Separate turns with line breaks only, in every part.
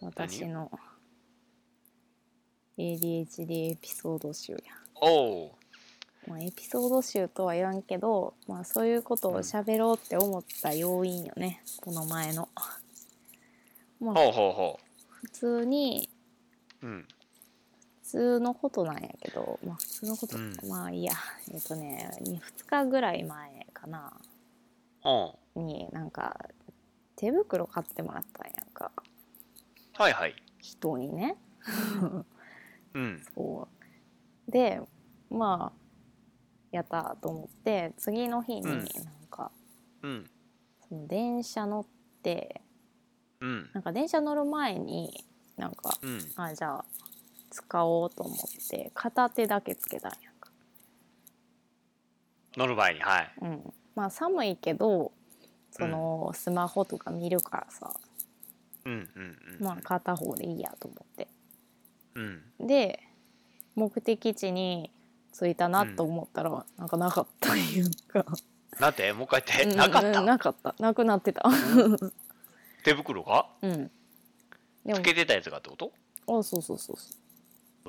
私の ADHD エピソード集や。
おお
まあ、エピソード集とは言わんけど、まあ、そういうことを喋ろうって思った要因よね、この前の。まあ、
ほうほうほ
普通に、
ううん
普通のことなんやけど、まあ、普通のこと、
うん
まあいいや、えっ、とね、2, 日ぐらい前かな、
うん
になんか、手袋買ってもらったんやんか、
はいはい
人にね。
うん
そうでまあやったと思って次の日に
う
なんんか、
うん
その電車乗って
うん
なんか電車乗る前になんか
うん
あじゃあ使おうと思って片手だけつけたんやんか、
乗る前にはい
うん、まあ寒いけどその、スマホとか見るからさ
うんうんうん
まあ片方でいいやと思って
うん
で目的地に着いたなと思ったら、なんかなかったいうか
なんてもう一回言っ
うん
てなかっ
うん
た
なかったなくなってた
手袋が
うんで
つ
も
けてたやつがってこと
あそうそうそうそ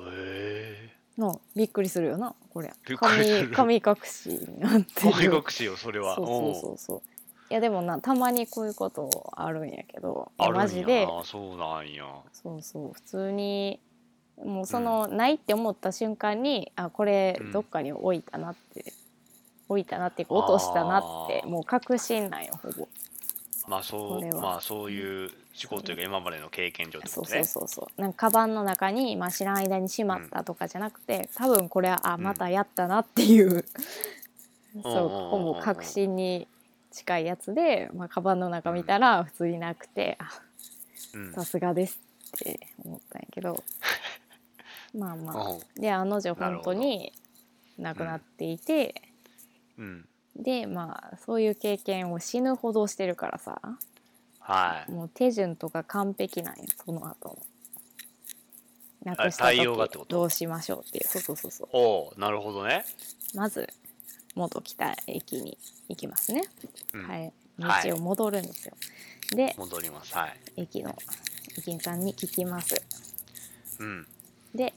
へえ
うなびっくりするよなこれ
びっくりする
神神隠しになってる
怖い隠しよそれは
そうそう
う
そ
ん
うそういやでもなたまにこういうことあるんやけど
ある
マ
ん
ジ
や
で
なそうなんや
そうそう普通にもうその、ないって思った瞬間にあこれ
うん
どっかに置いたなって、置いたなっていうか落としたなって
あー
もう確信なんよほぼ
まあそ
これ
う
は
まあそういう事故というか今までの経験上って
そ
こ
う
と
そう
ね
そうそうなんかカバンの中に、まあ、知らん間にしまったとかじゃなくて、多分これはあ
ん
またやったなっていう、
うん
そう
うんうんうん
ここも確信に近いやつで、まあ、カバンの中見たら普通になくて、あ
うん
さすがですって思ったんやけ どまあま
うん
あであの女
な
本
るほど
当になくなっていて、
うん
でまあそういう経験を死ぬほどしてるからさ
はい
もう手順とか完璧なんよその後の。なくした
あ対応がって
時
こと
どうしましょうっていうそうそうそうそう
おおなるほどね
まず元来た駅に行きますね、
うん
はい
はい
道を戻るんですよ、で
戻りますはい
駅の駅員さんに聞きます
うん
で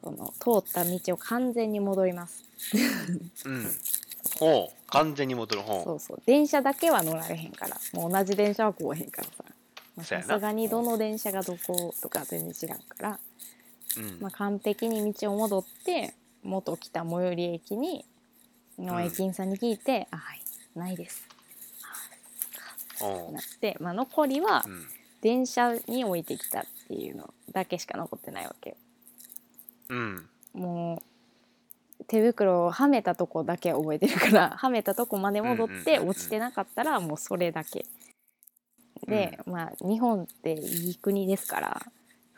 その通った道を完全に戻ります
うんおう完全に戻る
そ
本
うそう電車だけは乗られへんからもう同じ電車は来おへんからさまあ
そう
さ
やな
すがにどの電車がどことか全然知らんから、
うん
まあ、完璧に道を戻って元来た最寄り駅に
う
の
ん
駅員さんに聞いて「あはいないです」
お
っ
う
てなって、まあ、残りは
うん
電車に置いてきたっていうのだけしか残ってないわけよ
うん
もう手袋をはめたとこだけ覚えてるから はめたとこまで戻っ
うんうんうん
て
うん
落ちてなかったらもうそれだけで、まあ日本っていい国ですから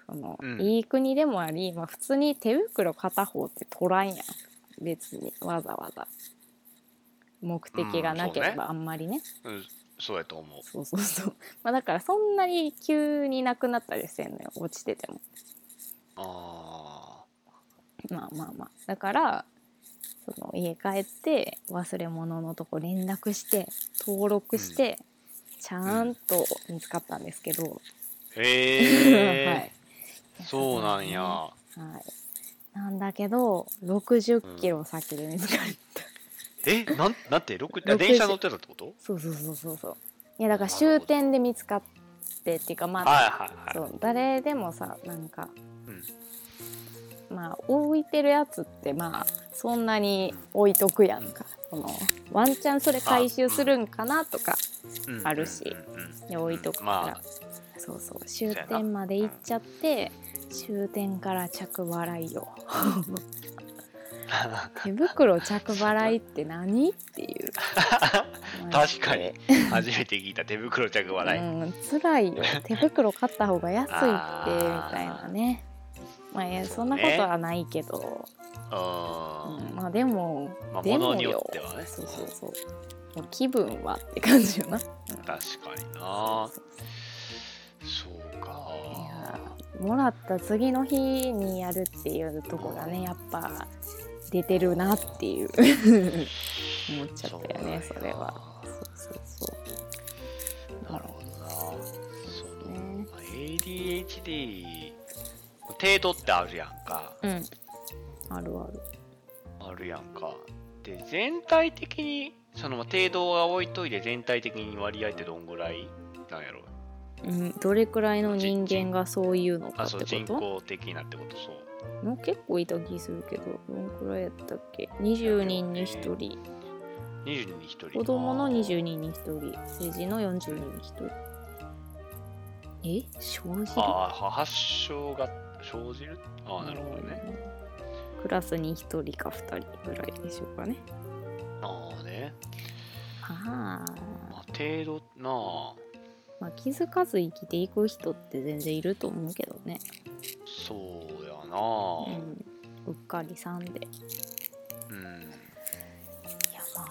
その、
うん
いい国でもあり、まあ、普通に手袋片方って取らんやん別にわざわざ目的がなければあんまりね,、
うんそうやと思う
そうそうそうまあだからそんなに急になくなったりせんのよ落ちてても。
あ
まあまあまあだからその家帰って忘れ物のとこ連絡して登録して、ちゃんと見つかったんですけど、
ーへ
は
え
い
そうなんや
はいなんだけど60キロ先で見つかった、
えなんなんて六
六
電車乗ってたってこと
そうそうそうそうそういやだから終点で見つかってっていうかまあ、
はいはい
そ
は
う誰でもさなんか
いうん
まあ置いてるやつってまあそんなに置いとくやんか、そのワンチャンそれ回収するんかなとか
うん
あるし
うんうん うん
で置いとくから、
まあ
そうそう終点まで行っちゃって終点から着払いよ手袋着払いって何っていう
確 かに初めて聞いた手袋着払い、
うん、辛い よ手袋買った方が安いってみ
あー
たいなねまあいやそ
そうんね
なことはないけど、
あ
うんまあでも、
まあ
でも
物によってはね
そうそうそうもう気分はって感じよな
ー確かにな
そうそう
そうか
いやーもらった次の日にやるっていうとこがねやっぱ出てるなっていう思っちゃったよね
う
そ
なんや
れはそうそうそ
なるほどなそう
ね
まあ ADHD PhD 程度ってあるやんか
うんあるある
あるやんかで全体的にそのまあ程度は置いといて全体的に割合ってどんぐらいなんやろ
うん、どれくらいの人間がそういうのか
あ
っ
そう
て
人
こ
口的なってことそう
ともう結構いた気するけどどんくらいやったっけ20人に1人
20人に1人
子供の20人に1人成人の40人に1人え生じる
ああ発症が生じるああなるほどね
クラスに1人か2人ぐらいでしょうかね
ああね
あ
ま
あ
あ程度なあ
まあ気づかず生きていく人って全然いると思うけどね、
そうや
う、
なん
うっかりさんでい
うん
やま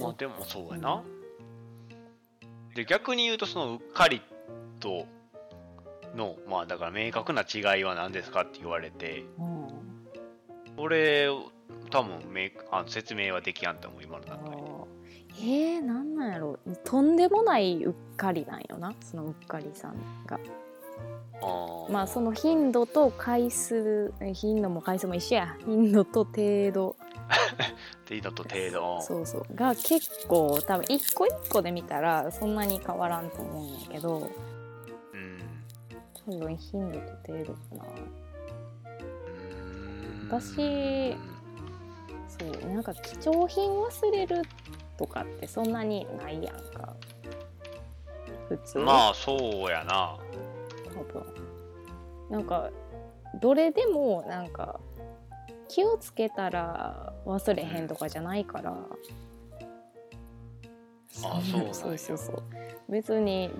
あ
まあでもそうやなで逆に言うとそのうっかりとのまあだから明確な違いは何ですかって言われて
うん
俺多分めあの説明はできやんと思う今の
あ
段階で
ーえー、なんなんやろとんでもないうっかりなんよなそのうっかりさんが
あ
まあその頻度と回数頻度も回数も一緒や頻度と程度
程度と程度
そうそうが結構多分一個一個で見たらそんなに変わらんと思うんやけど
うん
多分頻度と程度かな
うん
私
うん
そうなんか貴重品忘れるとかってそんなにないやんか普通
まあそうやな
多分なんかどれでもなんか気をつけたら忘れへんとかじゃないから、
あそうなんや
そうそうそう別に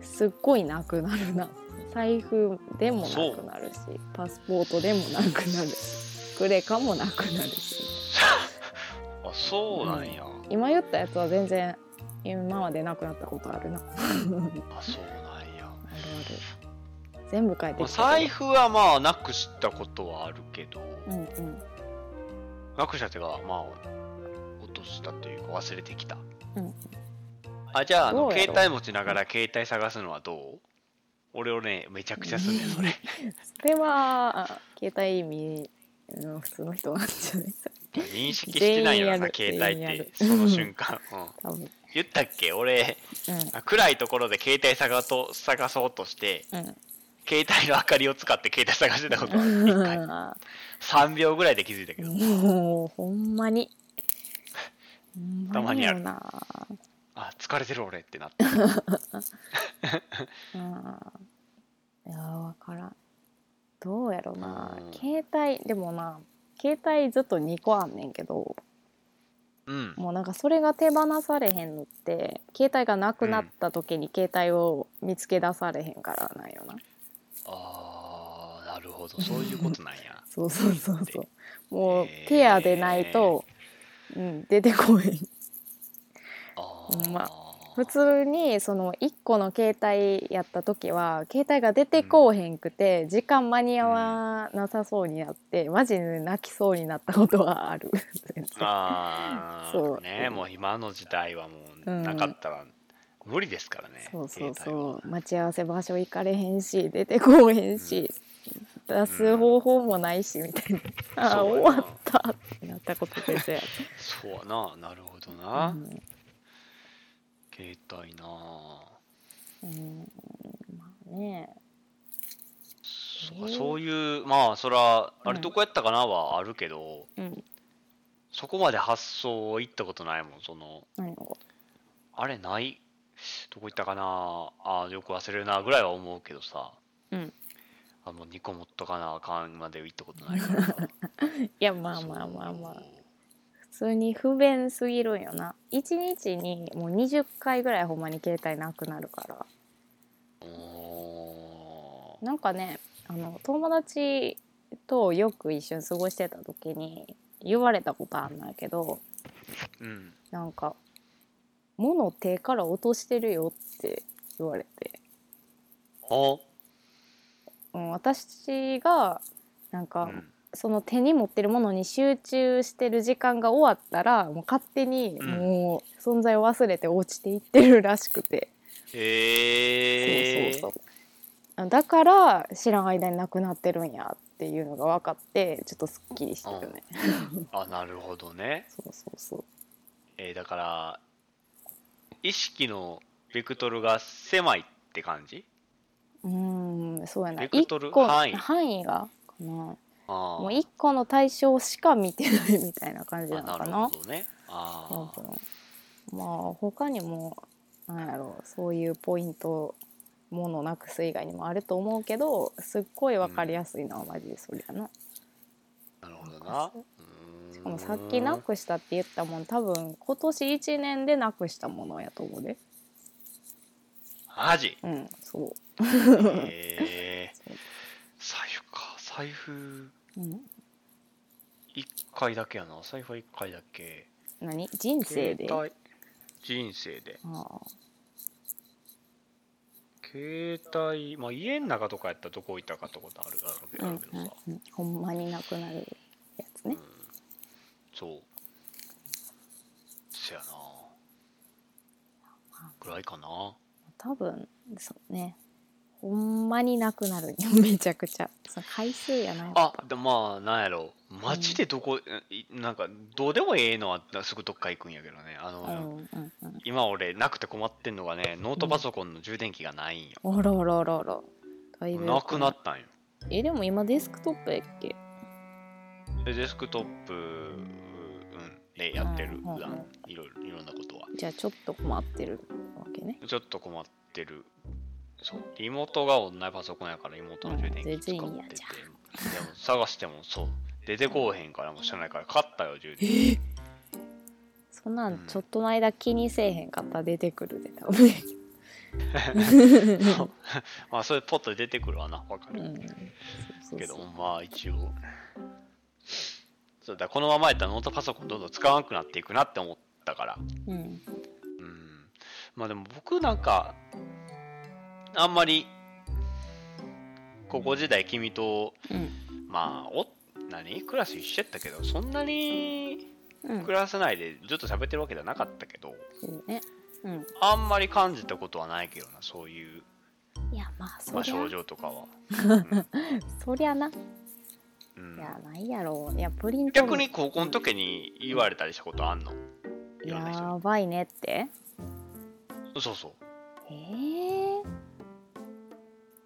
すっごいなくなるな財布でもなくなるしパスポートでもなくなるしクレカもなくなるし
あそうなんや、
今言ったやつは全然今までなくなったことあるな ある
あそうなんや
ある全部変え
ま
て
あ
きた
財布はまあなくしたことはあるけど、
うんうん
なくしたっていうかまあ落としたというか忘れてきた、
うん
あじゃああ
ど
の
うやろう
携帯持ちながら携帯探すのはどう俺をねめちゃくちゃすんねん それ
それはあ携帯見うん普通の人なんじゃない
認識してないよな
全
携
員やる
帯
全員や
って
る
その 瞬間、うん、
多分
言ったっけ俺あ暗いところで携帯探と探そうとして
うんうん
携帯の明かりを使って携帯探してたことある 一回3秒ぐらいで気づいたけど
もうほんまにほん
たまにある
な
あ疲れてる俺ってなった
うんいやわからんどうやろな
うん
携帯でもな携帯ずっと2個あんねんけど
うん
もうなんかそれが手放されへんのって携帯がなくなった時に携帯を見つけ出されへんからなんよな、
あーなるほどそういうことなん や
そうそうそうそ
で
うもう
へー
ペアでないと、うん、出てこへん
あ
う
ー
んま普通にその1個の携帯やった時は携帯が出てこうへんくて時間間に合わなさそうになってマジで泣きそうになったことはある
まあ
そう
ねもう今の時代はも
う
う
ん
なかったら無理ですからね、
そうそう
携帯は
そう待ち合わせ場所行かれへんし出てこうへんし、出す方法もないしみたいな、ああ
そう
終
やな
わったってなったこと全然
そうやななるほど
あ
な、
る、
携帯な
うんうんまあね
そう
え
か
ー
そういうまあそら
うん
あれどこやったかなはあるけど、
うん
そこまで発想行ったことないもんその
何のこ
あれないどこ行ったかなあーよく忘れるなぐらいは思うけどさ
とうん
あもう2個持っとかなあかんまで行ったことないからさ
いや まあまあまあまあ
そう
普通に不便すぎるんよな1日にもう20回ぐらいほんまに携帯なくなるから
おー
なんかねあの友達とよく一緒に過ごしてた時に言われたことあんないけど
うん
なんか「物手から落としてるよ」って言われて、
お
うん、私がなん
う
か、
ん
その手に持ってるものに集中してる時間が終わったらもう勝手に
うん
もう存在を忘れて落ちていってるらしくて、
へえ。
そうそうそうだから知らん間になくなってるんやっていうのが分かってちょっとすっきりしてるね、
あ、なるほどね。
そうそうそう
えーだから、意識のベクトルが狭いって感じ
うーんそうやな
ベクトル
一個
範囲
範囲がかな
あー
もう一個の対象しか見てないみたいな感じな
あ
の
な
か
る
な
ほどね。
多
ああ。
分まあ他にもなんやろうそういうポイントものなくす以外にもあると思うけどすっごい分かりやすいのはマジでそれやな、
なるほどな。
しかもさっきな
う
くしたって言ったもん多分今年1年でなくしたものやと思うで
ーん マジ
うんそ
えー
そう
財布か。財布、
う、うん、
一回だけやな。財布は一回だけ。
何人生であ
携帯人生で。
あ
携帯、まあ家の中とかやったらどこ行ったかってことあるだろ
うん
うけど
うん
さ。
うんほんまになくなるやつね
うん、そうせやなぐらいかな
多分そうねほんまになくなるめちゃくちゃその回数やなやっぱ
あでまあなんやろマジでどこ、いなんかどうでもええのはすぐどっか行くんやけどねあの、
うんうんうん
今俺なくて困ってんのがねノートパソコンの充電器がないんよ、
あらあらあらあら。だいぶ良
なくなったんよ
え、でも今デスクトップやっけ
でデスクトップ、うん、でやってる、
うんうんうん
普段いろいろいろんなことは
じゃあちょっと困ってるわけね。
ちょっと困ってる。そう。妹が同じパソコンやから妹の充電器使ってて。
うん全然いいや
でも
じゃ
探してもそう。出てこうへんからもう知らないから買ったよ充電器。
そんな
うん
んちょっとの間気にせえへんかったら出てくるで多 分。
そう まあそれポッと出てくるわな。わか
う
る
ん。そう
け
そう
ど、
そう。
まあ一応。そうだこのままやったらノートパソコンどんどん使わなくなっていくなって思ったから。
うん。
うん。まあでも僕なんか、あんまり、高校時代君と
うん。
まあ、お何クラス一緒やったけど、そんなに
うん。
クラス内でずっと喋ってるわけじゃなかったけど、
そうね。うん。
あんまり感じたことはないけどな、そういう、
いや、まあそ
まあ、
りゃ、
症状と かは。
そりゃな。い
うん
や、ないやろ。いや、プリント
逆に高校の時に言われたりしたことあんのいろんな人
やばいねって。
にそうそ
えー、い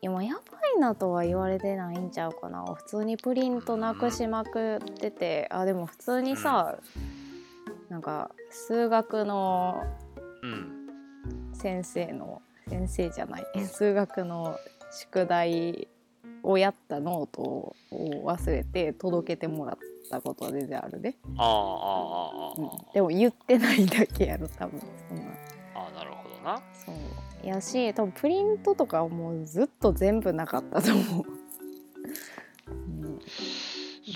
やまあやばいなとは言われてないんちゃうかな普通にプリントなくしまくっててあでも普通にさ、なんか数学の
う。うん。
先生の先生じゃない数学の宿題をやったノートを忘れて届けてもらったことは全然あるで、
ああ、あ
う
あ、
ん
あ
でも言ってないだけやろ多分そんな。
あ、ああ、なるほどな。
そうやし多分プリントとかはもうずっと全部なかったと思う、うん、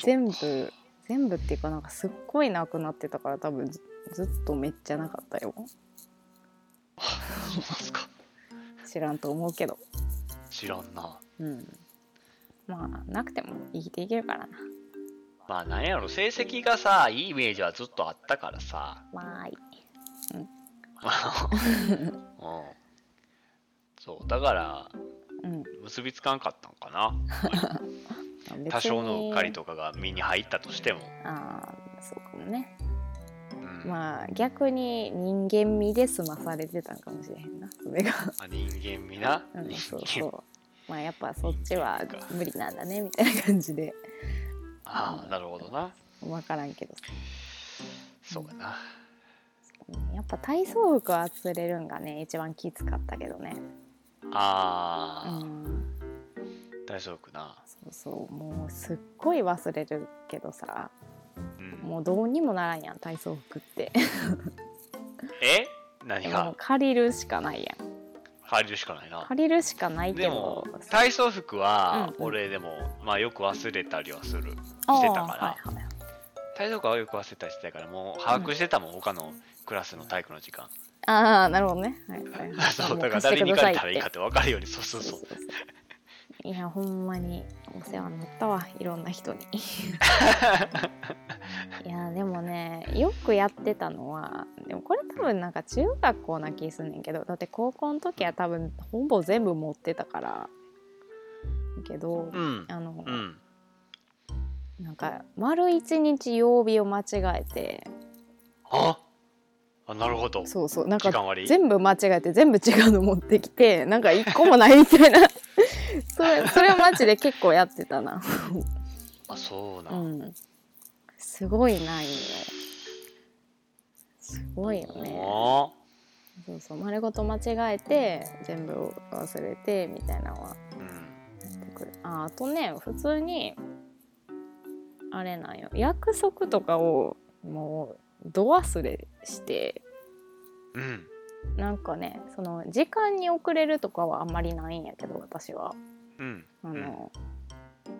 全部全部っていうかなんかすっごいなくなってたから多分ずずっとめっちゃなかったよ
そうなんすか。
知らんと思うけど
知らんな。
うんまあなくても生きていけるからな
まあ、なんやろ、成績がさ、いいイメージはずっとあったからさ。
わーい
うん。そう、だから、
うん
結びつかんかったんかな。
別に
多少のうっかりとかが身に入ったとしても、
ああそうかもね
うん
まあ逆に人間味で済まされてたんかもしれへんなそれが
あ人間味な、
うん、そう
人間
そうまあやっぱそっちは無理なんだねみたいな感じで
ああなるほどな
分からんけど
そうかな
うんやっぱ体操服は釣れるんがね一番きつかったけどねう
ああ、
ん
大丈夫な
そうそうもうすっごい忘れるけどさ
うん
もうどうにもならんやん体操服って
え何
も
が
う借りるしかないやん
入るしかないな
借りるしかないけ
で
ど
も体操服は
うんうん
俺でも、まあよく忘れたりはする
あー
してたから
はいはい
体操服はよく忘れたりしてたからもう把握してたもん、他のクラスの体育の時間
ああなるほどねはいはいはい
そう
も
だから
貸して
誰に
くださ
借りたらいいか
っ
ってて分かるようにそうそうそう
そうそう いやほ んまにお世話になったわいろんな人にいやあでもねよくやってたのはでもこれ多分なんか中学校な気すんねんけどだって高校の時は多分ほぼ全部持ってたからけど
うん
あの、
うん
なんか丸一日曜日を間違えて
ああなるほど
そうそうなん
時
か
間割り
全部間違えて全部違うの持ってきてなんか一個もないみたいなそれそれをマジで結構やってたな
あそうな、
うんんすごいないよすごいよね
あ
そうそう丸ごと間違えて全部忘れてみたいなのは
ー
やってくるああとね普通にあれなんよ約束とかをもう度忘れして
うんうん
なんかねその時間に遅れるとかはあんまりないんやけど私は
うん
あの、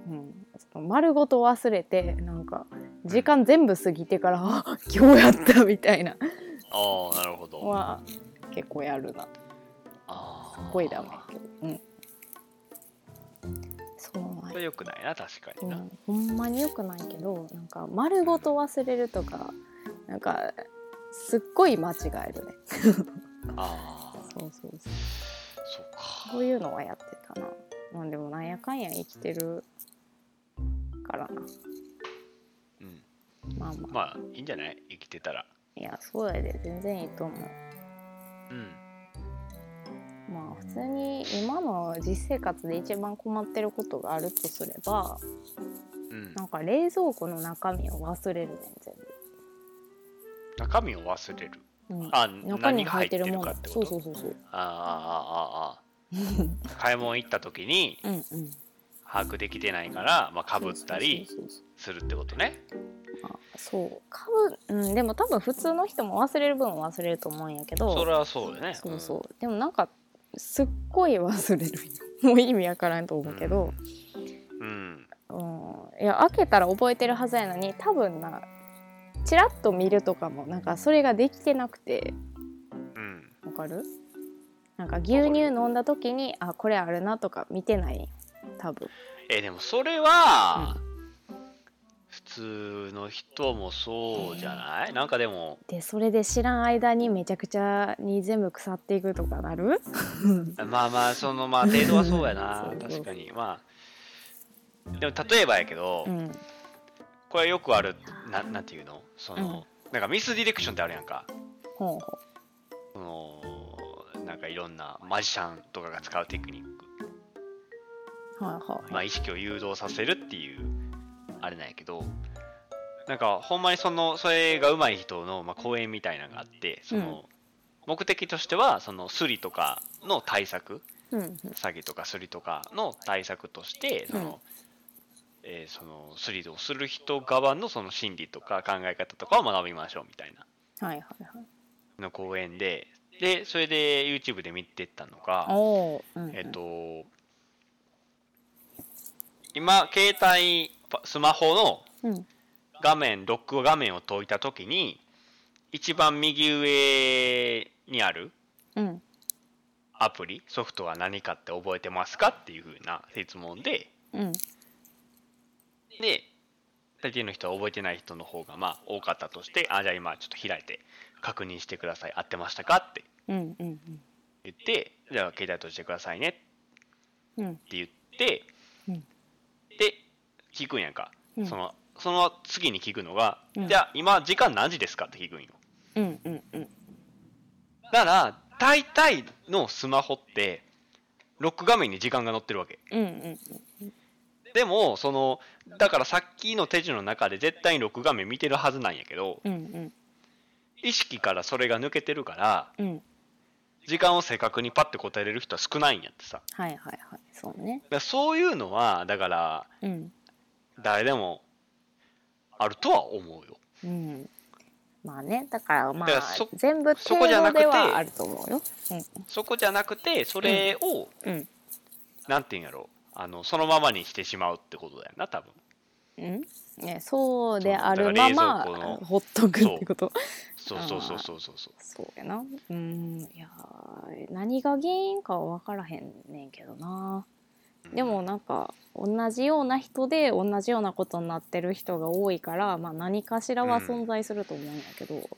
うん、その丸ごと忘れてなんか時間全部過ぎてから「あ 今日やった」みたいな
ああなるほ
の
ど
は結構やるな
あ
す
ー
ごいダメやけどうんそうなん
そ
や
れよくないな確か
う
にな、
ん、ほんまによくないけどなんか丸ごと忘れるとかなんかすっごい間違えるね
ああ
そうそうそう
そうか
こういうのはやってたな。まあでもなんやかんや生きてるからな。
うん
まあまあ。
まあいいんじゃない生きてたら
いや、そうやで全然いいと思う。
うん
まあ普通に今の実生活で一番困ってることがあるとすれば、
うん
なんか冷蔵庫の中身を忘れるねん全
中身を忘れる
部。うん
あ
中
何
に入
が入
っ
ってて
る
る
も
か
の
って
そ
こ
う
と
そうそうそう
あーあーあーあー買い物行った時に
うんうん
把握できてないからまあかぶったり
そうそうそう
するってことね
そうあそうかぶうんでも多分普通の人も忘れる分は忘れると思うんやけど
それはそうだね
そうそうでもなんかすっごい忘れるよもう意味わからんと思うけど、
うん、うん
うんいや開けたら覚えてるはずやのに多分なチラッと見るとかもなんかそれができてなくて
うん
わかるなんか牛乳飲んだ時にあこれあるなとか見てない多分
えーでもそれは、普通の人もそうじゃないなんかでも
でそれで知らん間にめちゃくちゃに全部腐っていくとかなる
まあまあそのまあ程度はそう や
そ
な
うそう
確かにまあでも例えばやけど、
うん
これよくあるななんていうのその、なんかミスディレクションってあるやんか
ほうほ
そのなんかいろんなマジシャンとかが使うテクニック、
うはいはい、
まあ、意識を誘導させるっていうあれなんやけどなんかほんまにそのそれが上手い人の、まあ、講演みたいなのがあってその、目的としてはそのスリとかの対策
うんうん
詐欺とかスリとかの対策としてその、えーそのスリをする人側のその心理とか考え方とかを学びましょうみたいな
はいはいはい
の講演ででそれで YouTube で見てったのが、
おーうんうん
えっと、今、携帯、パスマホの
うん
画面、ロック画面を解いたときに、一番右上にある
うん
アプリ、ソフトは何かって覚えてますかっていうふうな質問で、
うん
で、大抵の人は覚えてない人の方がまあ多かったとして、あ、じゃあ今ちょっと開いて確認してください。合ってましたかって
うんうんうん
言って、じゃあ携帯閉じてくださいね
うん
って言って、
うん
で聞くんやんか、
うん
そのその次に聞くのが、
うん
じゃあ今時間何時ですかって聞くんよ
うんうんうん
だから大体のスマホってロック画面に時間が載ってるわけ
うんうん
でもそのだからさっきの手順の中で絶対にロック画面見てるはずなんやけど
うんうん
意識からそれが抜けてるから
うん
時間を正確にパッて答えれる人は少ないんやってさだか
はいはいはいそうね
らそういうのはだから
うん
誰でもあるとは思うよ
うんまあねだからま
だ
あ
からそ
全部
そ
程
こじゃな
度
くて
ではあると思うよ
そこじゃなくてそれを、
うん
なんていうんやろあのそのままにしてしまうってことだよな多分
うんね、そうであるまま
そうだから冷蔵庫の
ほっとくってこと
そうそうそうそうそうそう
そうやなうんいやー何が原因かは分からへんねんけどなでもなんか同じような人で同じようなことになってる人が多いから、まあ、何かしらは存在すると思うんやけど、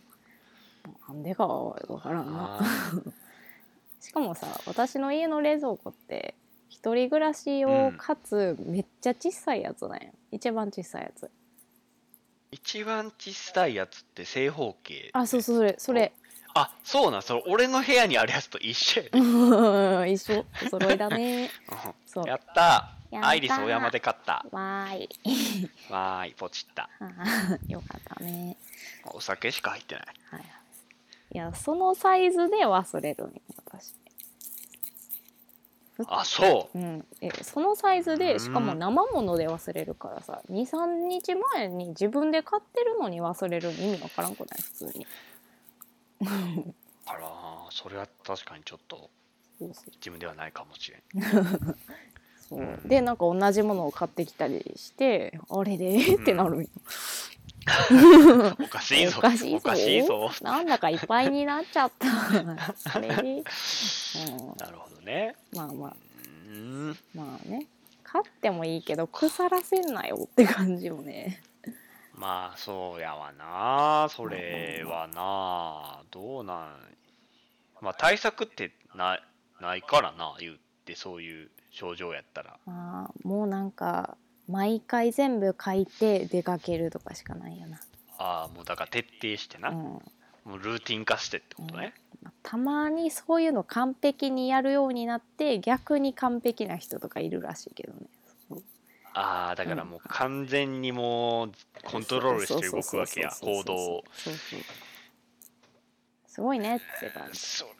なんでかは分からんな
あ。ー
しかもさ私の家の冷蔵庫って一人暮らし用
うん
かつめっちゃ小さいやつなんや一番小さいやつ
一番小さいやつって正方形
あそうそうそれそれ
あそうなんそれ俺の部屋にあるやつと一緒やで
一緒お揃いだ ねそう
うんやった
やった
アイリス大山で買った
わーい
わーいポチった
あーよかったね
お酒しか入ってない
はいはいいやそのサイズで忘れるんよ私
あそ
うん、えそのサイズ
う
で
ん
しかも生もので忘れるからさ23日前に自分で買ってるのに忘れるの意味わからんくない普通に
うあらーそれは確かにちょっと
そうそう
自分ではないかもしれん
そう
うん
でなんか同じものを買ってきたりしてあれでってなるんよ
おかしいぞ
おかしいぞ
おかしいぞ
なんだかいっぱいになっちゃった あれで、うん、
なるほどね
まあまあ
うーん
まあね買ってもいいけど腐らせんなよって感じよね
まあそうやわなそれはなどうなんまあ対策ってなないからな言ってそういう症状やったら
まあもうなんか毎回全部書いて出かけるとかしかないよな
ああもうだから徹底してな、
うん
もうルーティン化してってことね、
たまにそういうの完璧にやるようになって逆に完璧な人とかいるらしいけどねそう
ああだからもう完全にもうコントロールして動くわけや
そうそう
行
そ
動
うそう
を
そうそうすごいねって感じ、
それ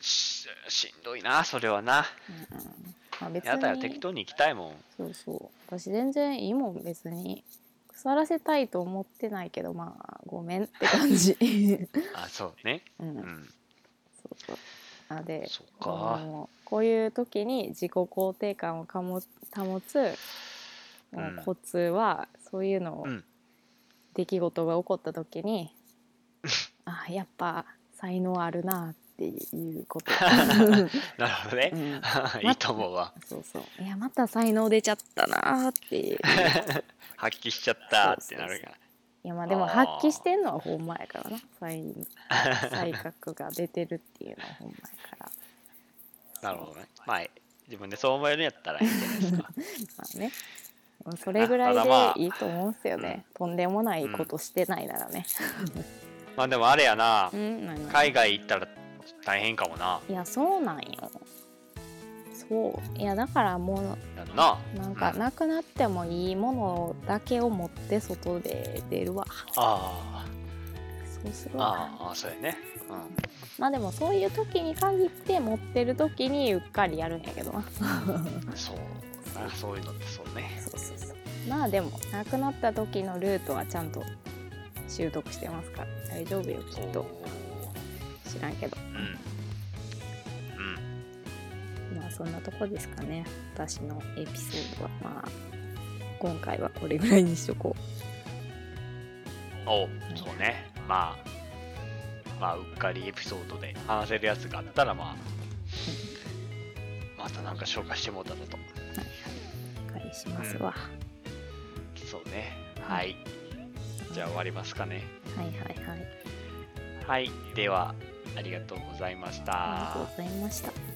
ししんどいなそれはな
うんうんまあ、別
やだよ適
に
当に行きたいもん
そうそう私全然いいもん別に腐らせたいと思ってないけどまあごめんって感じ、
あそうね
う、
うんん
そうそうなので
そっ
こ
か
のこういう時に自己肯定感を保つ保つもうコツは、そういうのを、
うん
出来事が起こった時 にあやっぱ才能あるなっていう こと、
なるほどね
う、ん
いいと思うわ
そうそういやまた才能出ちゃったなっていう
発揮しちゃったってなるが
いやまあでも
あー
発揮してんのはほんまやからな才 才覚が出てるっていうのはほんまやから
なるほどねまあ自分でそう思えるんやったらいいんじゃないですか
まあねまあそれぐらい
ただまあ
でいいと思うんすよね、とんでもないことしてないならね、
まあでもあれやな
うんなんか
海外行ったら大変かもない
やそうなんよそういやだからもう
やるな
なんか
うん
なくなってもいいものだけを持って外で出るわ
あ
そうす
あ
るわ
ああそうやねうん
まあでもそういう時に限って持ってる時にうっかりやるんやけどな
そうあそういうのってそうね
そうそうそうまあでもなくなった時のルートはちゃんと習得してますから大丈夫よき
お
っ
ー
と知らんけど
うんうん
まあそんなとこですかね私のエピソードはまあ今回はこれぐらいにしとこ
おそうねまあまあうっかりエピソードで話せるやつがあったらまあまたなんか紹介してもうただと
うはいはいお借りしますわ、
そうねはいじゃあ終わりますかね
はいはいはい
はいではありがとうございました
ありがとうございました